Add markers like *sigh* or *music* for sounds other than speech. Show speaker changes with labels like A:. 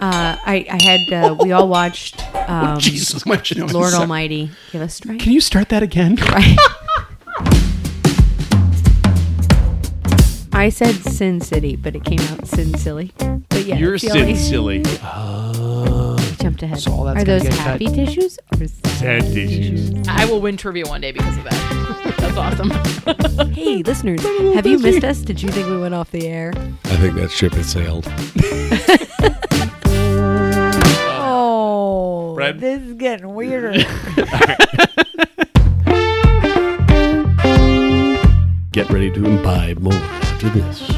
A: Uh, I, I had uh, we all watched
B: *laughs*
A: *laughs* um,
B: Oh, Jesus, my chin.
A: Lord Almighty give us strength. *laughs*
B: Can you start that again?
A: I said Sin City, but it came out Sin Silly. But yeah,
C: You're
A: I feel
C: sin
A: like
C: silly.
A: I jumped ahead.
B: So all that's
A: Are
B: gonna
A: those
B: get cut.
A: happy tissues or sad,
C: Sad tissues.
B: *laughs*
D: I will win trivia one day because of that. That's awesome.
A: Hey, listeners, have you missed us? Did you think we went off the air?
E: I think that ship has sailed.
B: Uh,
F: Oh,
C: Brad?
F: this is getting weirder.
E: Get ready to imbibe more after this.